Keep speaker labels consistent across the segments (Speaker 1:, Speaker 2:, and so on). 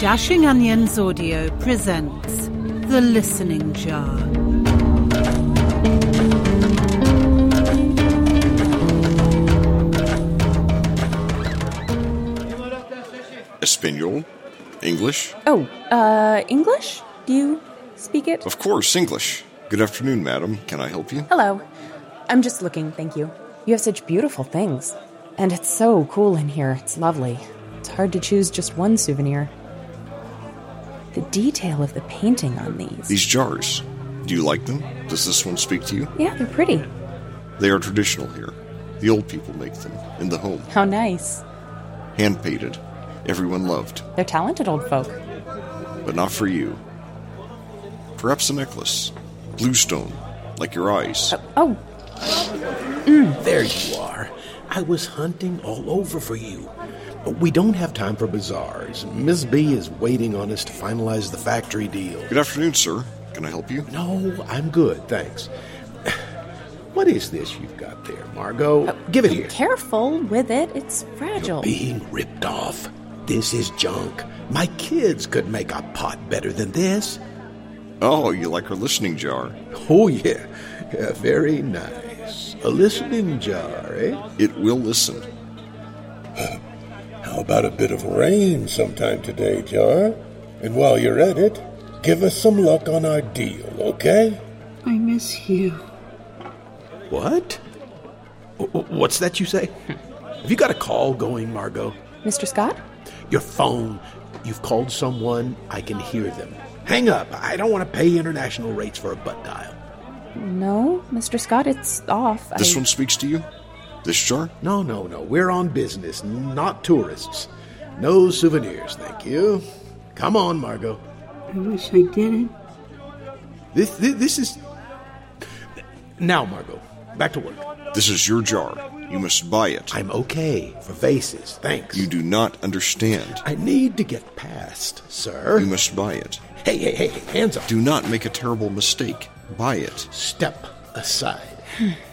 Speaker 1: Dashing Onions Audio presents The Listening Jar.
Speaker 2: Espanol? English?
Speaker 3: Oh, uh, English? Do you speak it?
Speaker 2: Of course, English. Good afternoon, madam. Can I help you?
Speaker 3: Hello. I'm just looking, thank you. You have such beautiful things. And it's so cool in here. It's lovely. It's hard to choose just one souvenir. The detail of the painting on these.
Speaker 2: These jars. Do you like them? Does this one speak to you?
Speaker 3: Yeah, they're pretty.
Speaker 2: They are traditional here. The old people make them in the home,
Speaker 3: How nice.
Speaker 2: hand painted. Everyone loved,
Speaker 3: They're talented old folk.
Speaker 2: but not for you. Perhaps a necklace. Blue stone, like your eyes.
Speaker 3: Oh,
Speaker 4: There you are. I was hunting all over for you. But we don't have time for bazaars. Miss B is waiting on us to finalize the factory deal.
Speaker 2: Good afternoon, sir. Can I help you?
Speaker 4: No, I'm good, thanks. What is this you've got there, Margot? Give it here.
Speaker 3: careful with it. It's fragile.
Speaker 4: Being ripped off. This is junk. My kids could make a pot better than this.
Speaker 2: Oh, you like our listening jar.
Speaker 4: Oh, yeah. yeah very nice. A listening jar, eh?
Speaker 2: It will listen.
Speaker 5: How about a bit of rain sometime today, Jar? And while you're at it, give us some luck on our deal, okay?
Speaker 6: I miss you.
Speaker 4: What? Wh- wh- What's that you say? Have you got a call going, Margot?
Speaker 3: Mr. Scott?
Speaker 4: Your phone. You've called someone. I can hear them. Hang up. I don't want to pay international rates for a butt dial.
Speaker 3: No, Mr. Scott, it's off.
Speaker 2: This
Speaker 3: I-
Speaker 2: one speaks to you? This jar?
Speaker 4: No, no, no. We're on business, not tourists. No souvenirs, thank you. Come on, Margot.
Speaker 6: I wish I didn't.
Speaker 4: This this, this is now, Margot. Back to work.
Speaker 2: This is your jar. You must buy it.
Speaker 4: I'm okay for vases, thanks.
Speaker 2: You do not understand.
Speaker 4: I need to get past, sir.
Speaker 2: You must buy it.
Speaker 4: Hey, hey, hey, hey, hands up.
Speaker 2: Do not make a terrible mistake. Buy it.
Speaker 4: Step aside.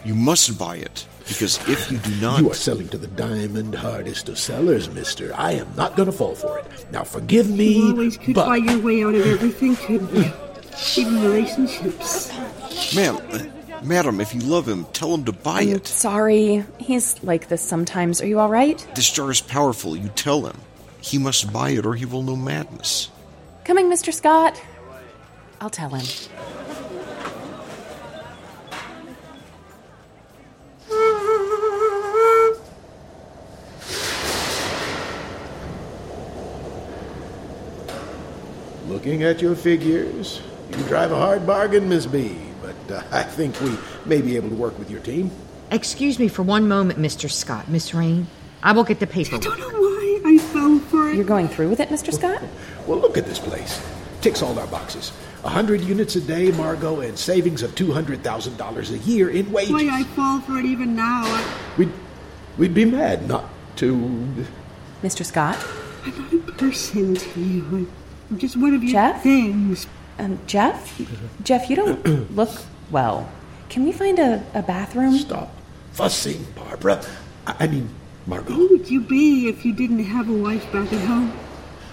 Speaker 2: You must buy it. Because if you do not,
Speaker 4: You are selling to the diamond hardest of sellers, mister. I am not going to fall for it. Now, forgive me,
Speaker 6: You always could
Speaker 4: but
Speaker 6: buy your way out of everything, couldn't you? Even relationships.
Speaker 2: ma'am, uh, madam, if you love him, tell him to buy
Speaker 3: I'm
Speaker 2: it.
Speaker 3: sorry. He's like this sometimes. Are you all right?
Speaker 2: This jar is powerful. You tell him. He must buy it or he will know madness.
Speaker 3: Coming, Mr. Scott. I'll tell him.
Speaker 4: looking at your figures, you drive a hard bargain, Miss B. But uh, I think we may be able to work with your team.
Speaker 7: Excuse me for one moment, Mr. Scott. Miss Rain, I will get the
Speaker 6: I don't
Speaker 7: paperwork.
Speaker 6: know why I fell for it.
Speaker 3: You're going through with it, Mr. Scott?
Speaker 4: Well, look at this place. Ticks all our boxes. A hundred units a day, Margot, and savings of two hundred thousand dollars a year in
Speaker 6: That's why
Speaker 4: wages.
Speaker 6: I fall for it even now. I,
Speaker 4: We'd we'd be mad not to.
Speaker 3: Mr. Scott?
Speaker 6: I'm not a person to you. I'm- I'm just one of your
Speaker 3: Jeff?
Speaker 6: things.
Speaker 3: Um, Jeff? Jeff, you don't look well. Can we find a, a bathroom?
Speaker 4: Stop fussing, Barbara. I, I mean, Margot.
Speaker 6: Who would you be if you didn't have a wife back at home?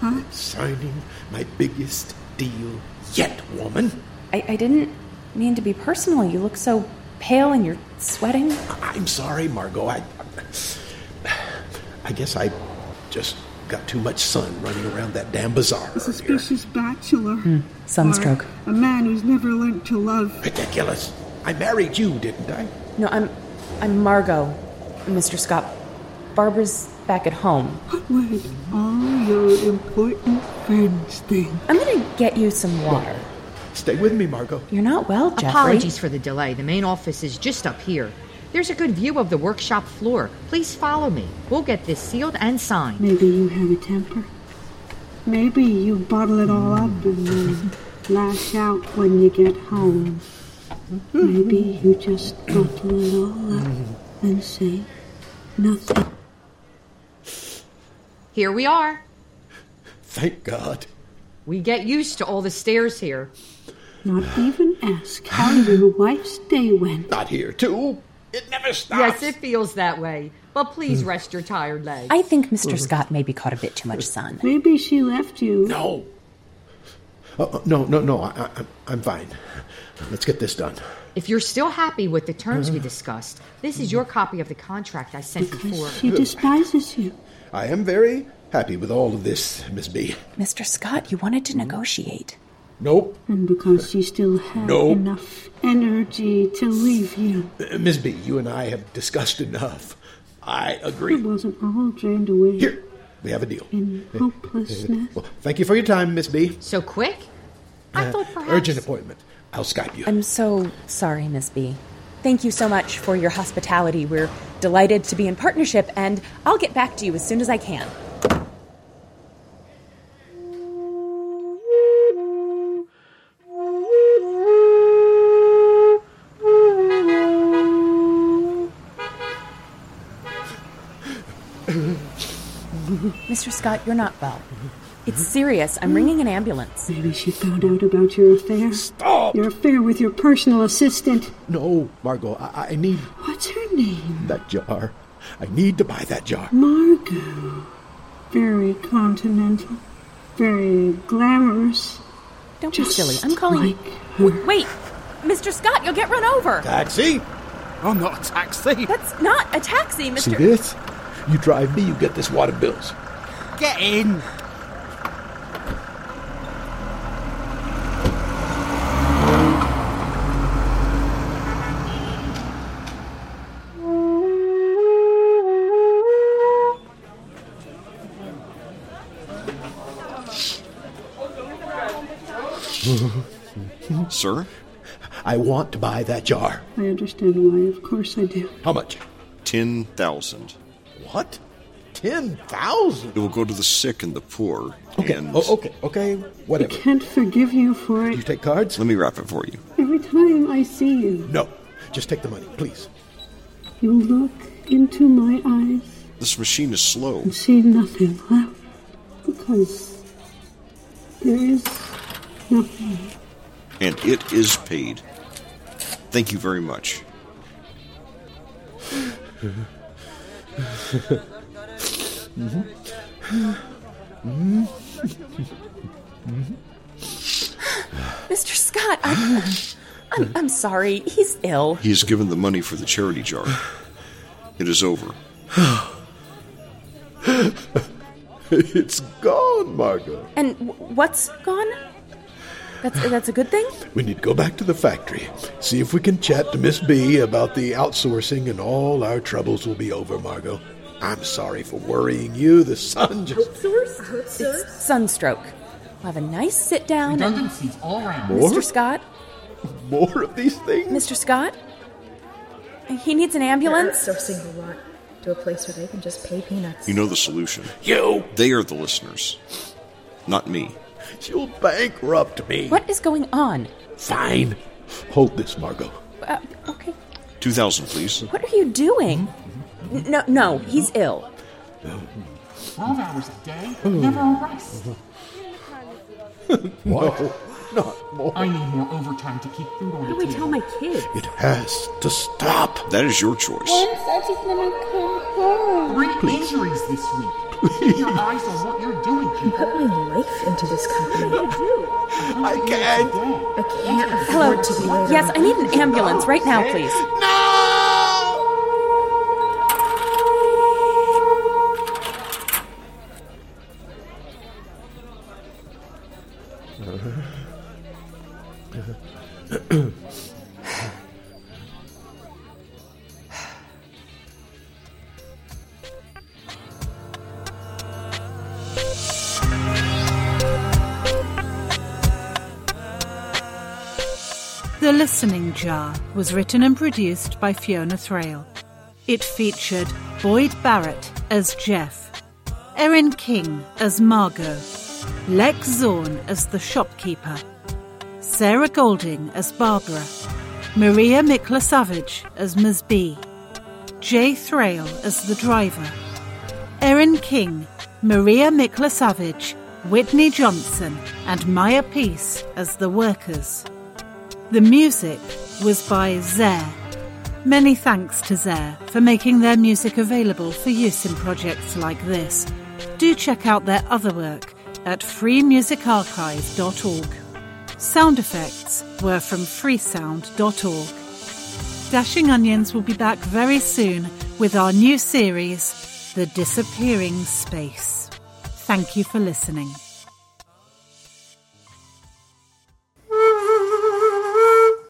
Speaker 6: Huh?
Speaker 4: signing my biggest deal yet, woman.
Speaker 3: I, I didn't mean to be personal. You look so pale and you're sweating.
Speaker 4: I- I'm sorry, Margot. I, I guess I just got too much sun running around that damn bazaar.
Speaker 6: A
Speaker 4: earlier.
Speaker 6: suspicious bachelor.
Speaker 3: Hmm, Sunstroke.
Speaker 6: Or a man who's never learned to love.
Speaker 4: Ridiculous. I married you, didn't I?
Speaker 3: No, I'm I'm Margot, Mr. Scott. Barbara's back at home.
Speaker 6: What would all your important friends think?
Speaker 3: I'm gonna get you some water.
Speaker 4: Stay with me, Margot.
Speaker 3: You're not well, Jeffrey.
Speaker 7: Apologies for the delay. The main office is just up here. There's a good view of the workshop floor. Please follow me. We'll get this sealed and signed.
Speaker 6: Maybe you have a temper. Maybe you bottle it all up and then lash out when you get home. Maybe you just bottle it all up and say nothing.
Speaker 7: Here we are.
Speaker 4: Thank God.
Speaker 7: We get used to all the stairs here.
Speaker 6: Not even ask how your wife's day went.
Speaker 4: Not here, too. It never stops.
Speaker 7: Yes, it feels that way. But please rest your tired leg.
Speaker 3: I think Mr. Scott maybe caught a bit too much sun.
Speaker 6: Maybe she left you.
Speaker 4: No. Uh, uh, no, no, no. I, I, I'm- I'm fine. Let's get this done.
Speaker 7: If you're still happy with the terms we discussed, this is your copy of the contract I sent before.
Speaker 6: She despises you.
Speaker 4: I am very happy with all of this, Miss B.
Speaker 3: Mr. Scott, you wanted to negotiate.
Speaker 4: Nope.
Speaker 6: And because she still had
Speaker 4: No.
Speaker 6: enough energy to leave you.
Speaker 4: Uh, Miss B, you and I have discussed enough. I
Speaker 6: It
Speaker 4: agree.
Speaker 6: wasn't all drained away
Speaker 4: Here, we have a deal.
Speaker 6: in hopelessness.
Speaker 4: Well, thank you for your time, Miss B. Uh,
Speaker 7: So quick? I thought perhaps.
Speaker 4: Urgent appointment. I'll Skype you.
Speaker 3: I'm so sorry, Miss B. Thank you so much for your hospitality. We're delighted to be in partnership, and I'll get back to you as soon as I can. Mr. Scott, you're not well. It's serious. I'm ringing an ambulance.
Speaker 6: Maybe she found out about your affair.
Speaker 4: Stop!
Speaker 6: Your affair with your personal assistant.
Speaker 4: No, Margot, I, I need
Speaker 6: What's her name?
Speaker 4: that jar. I need to buy that jar.
Speaker 6: Margot. Very continental. Very glamorous.
Speaker 3: Don't be
Speaker 6: Just
Speaker 3: silly. I'm calling you.
Speaker 6: like her.
Speaker 3: Wait, Mr. Scott, you'll get run over.
Speaker 4: Taxi!
Speaker 8: I'm not a taxi.
Speaker 3: That's not a taxi,
Speaker 4: See
Speaker 3: Mr.
Speaker 4: this? You drive me, you get this wad of bills.
Speaker 8: Get in.
Speaker 2: Sir?
Speaker 4: I want to buy that jar.
Speaker 6: I understand why, of course I do.
Speaker 4: How much?
Speaker 2: 10,000.
Speaker 4: What? Ten thousand?
Speaker 2: It will go to the sick and the poor.
Speaker 4: Okay.
Speaker 2: And
Speaker 4: Oh, okay. Okay.
Speaker 6: I
Speaker 4: Whatever.
Speaker 6: can't forgive you for
Speaker 4: You
Speaker 6: it.
Speaker 4: take cards?
Speaker 2: Let me wrap it for you.
Speaker 6: Every time I see you,
Speaker 4: No. Just take the money, please.
Speaker 6: you look into my eyes.
Speaker 2: This machine is slow.
Speaker 6: and see nothing left because there is nothing.
Speaker 2: and it is paid. Thank you very much.
Speaker 3: Mr. Scott, I, I'm, I'm sorry. He's ill.
Speaker 2: He has given the money for the charity jar. It is over.
Speaker 4: it's gone, Margot.
Speaker 3: And w- what's gone? That's that's a good thing.
Speaker 4: We need to go back to the factory, see if we can chat to Miss B about the outsourcing, and all our troubles will be over, Margot. I'm sorry for worrying you. The sun just.
Speaker 3: It's sunstroke. We'll have a nice sit down. and-
Speaker 9: Redundancies all around.
Speaker 3: Mr. Scott,
Speaker 4: More of these things?
Speaker 3: Mr. Scott, he needs an ambulance.
Speaker 10: Outsourcing a lot to a place where they can just pay peanuts.
Speaker 2: You know the solution.
Speaker 4: You!
Speaker 2: They are the listeners, not me.
Speaker 4: You'll bankrupt me.
Speaker 3: What is going on?
Speaker 4: Fine. Hold this, Margot.
Speaker 3: Uh, okay,
Speaker 2: 2,000, please.
Speaker 3: what are you doing? N- No, no, he's ill.
Speaker 9: 12 hours a day, never a rest.
Speaker 4: What? No, not more.
Speaker 9: I need more overtime to keep food on the
Speaker 11: What do we tell
Speaker 9: table.
Speaker 11: my kid?
Speaker 4: It has to stop.
Speaker 2: That is your choice.
Speaker 9: Three injuries this week. Keep your eyes on what you're doing, people.
Speaker 10: Put my life into this company.
Speaker 4: I can't.
Speaker 10: I can't
Speaker 3: Hello.
Speaker 10: afford to be late.
Speaker 3: Yes, I need an ambulance right now, please.
Speaker 1: The Listening Jar was written and produced by Fiona Thrale. It featured Boyd Barrett as Jeff, Erin King as Margot, Lex Zorn as the shopkeeper, Sarah Golding as Barbara, Maria Miklasavage as Ms. B, Jay Thrale as the driver, Erin King, Maria Miklasavage, Whitney Johnson, and Maya Peace as the workers. The music was by Zare. Many thanks to Zare for making their music available for use in projects like this. Do check out their other work at freemusicarchive.org. Sound effects were from freesound.org. Dashing Onions will be back very soon with our new series, The Disappearing Space. Thank you for listening.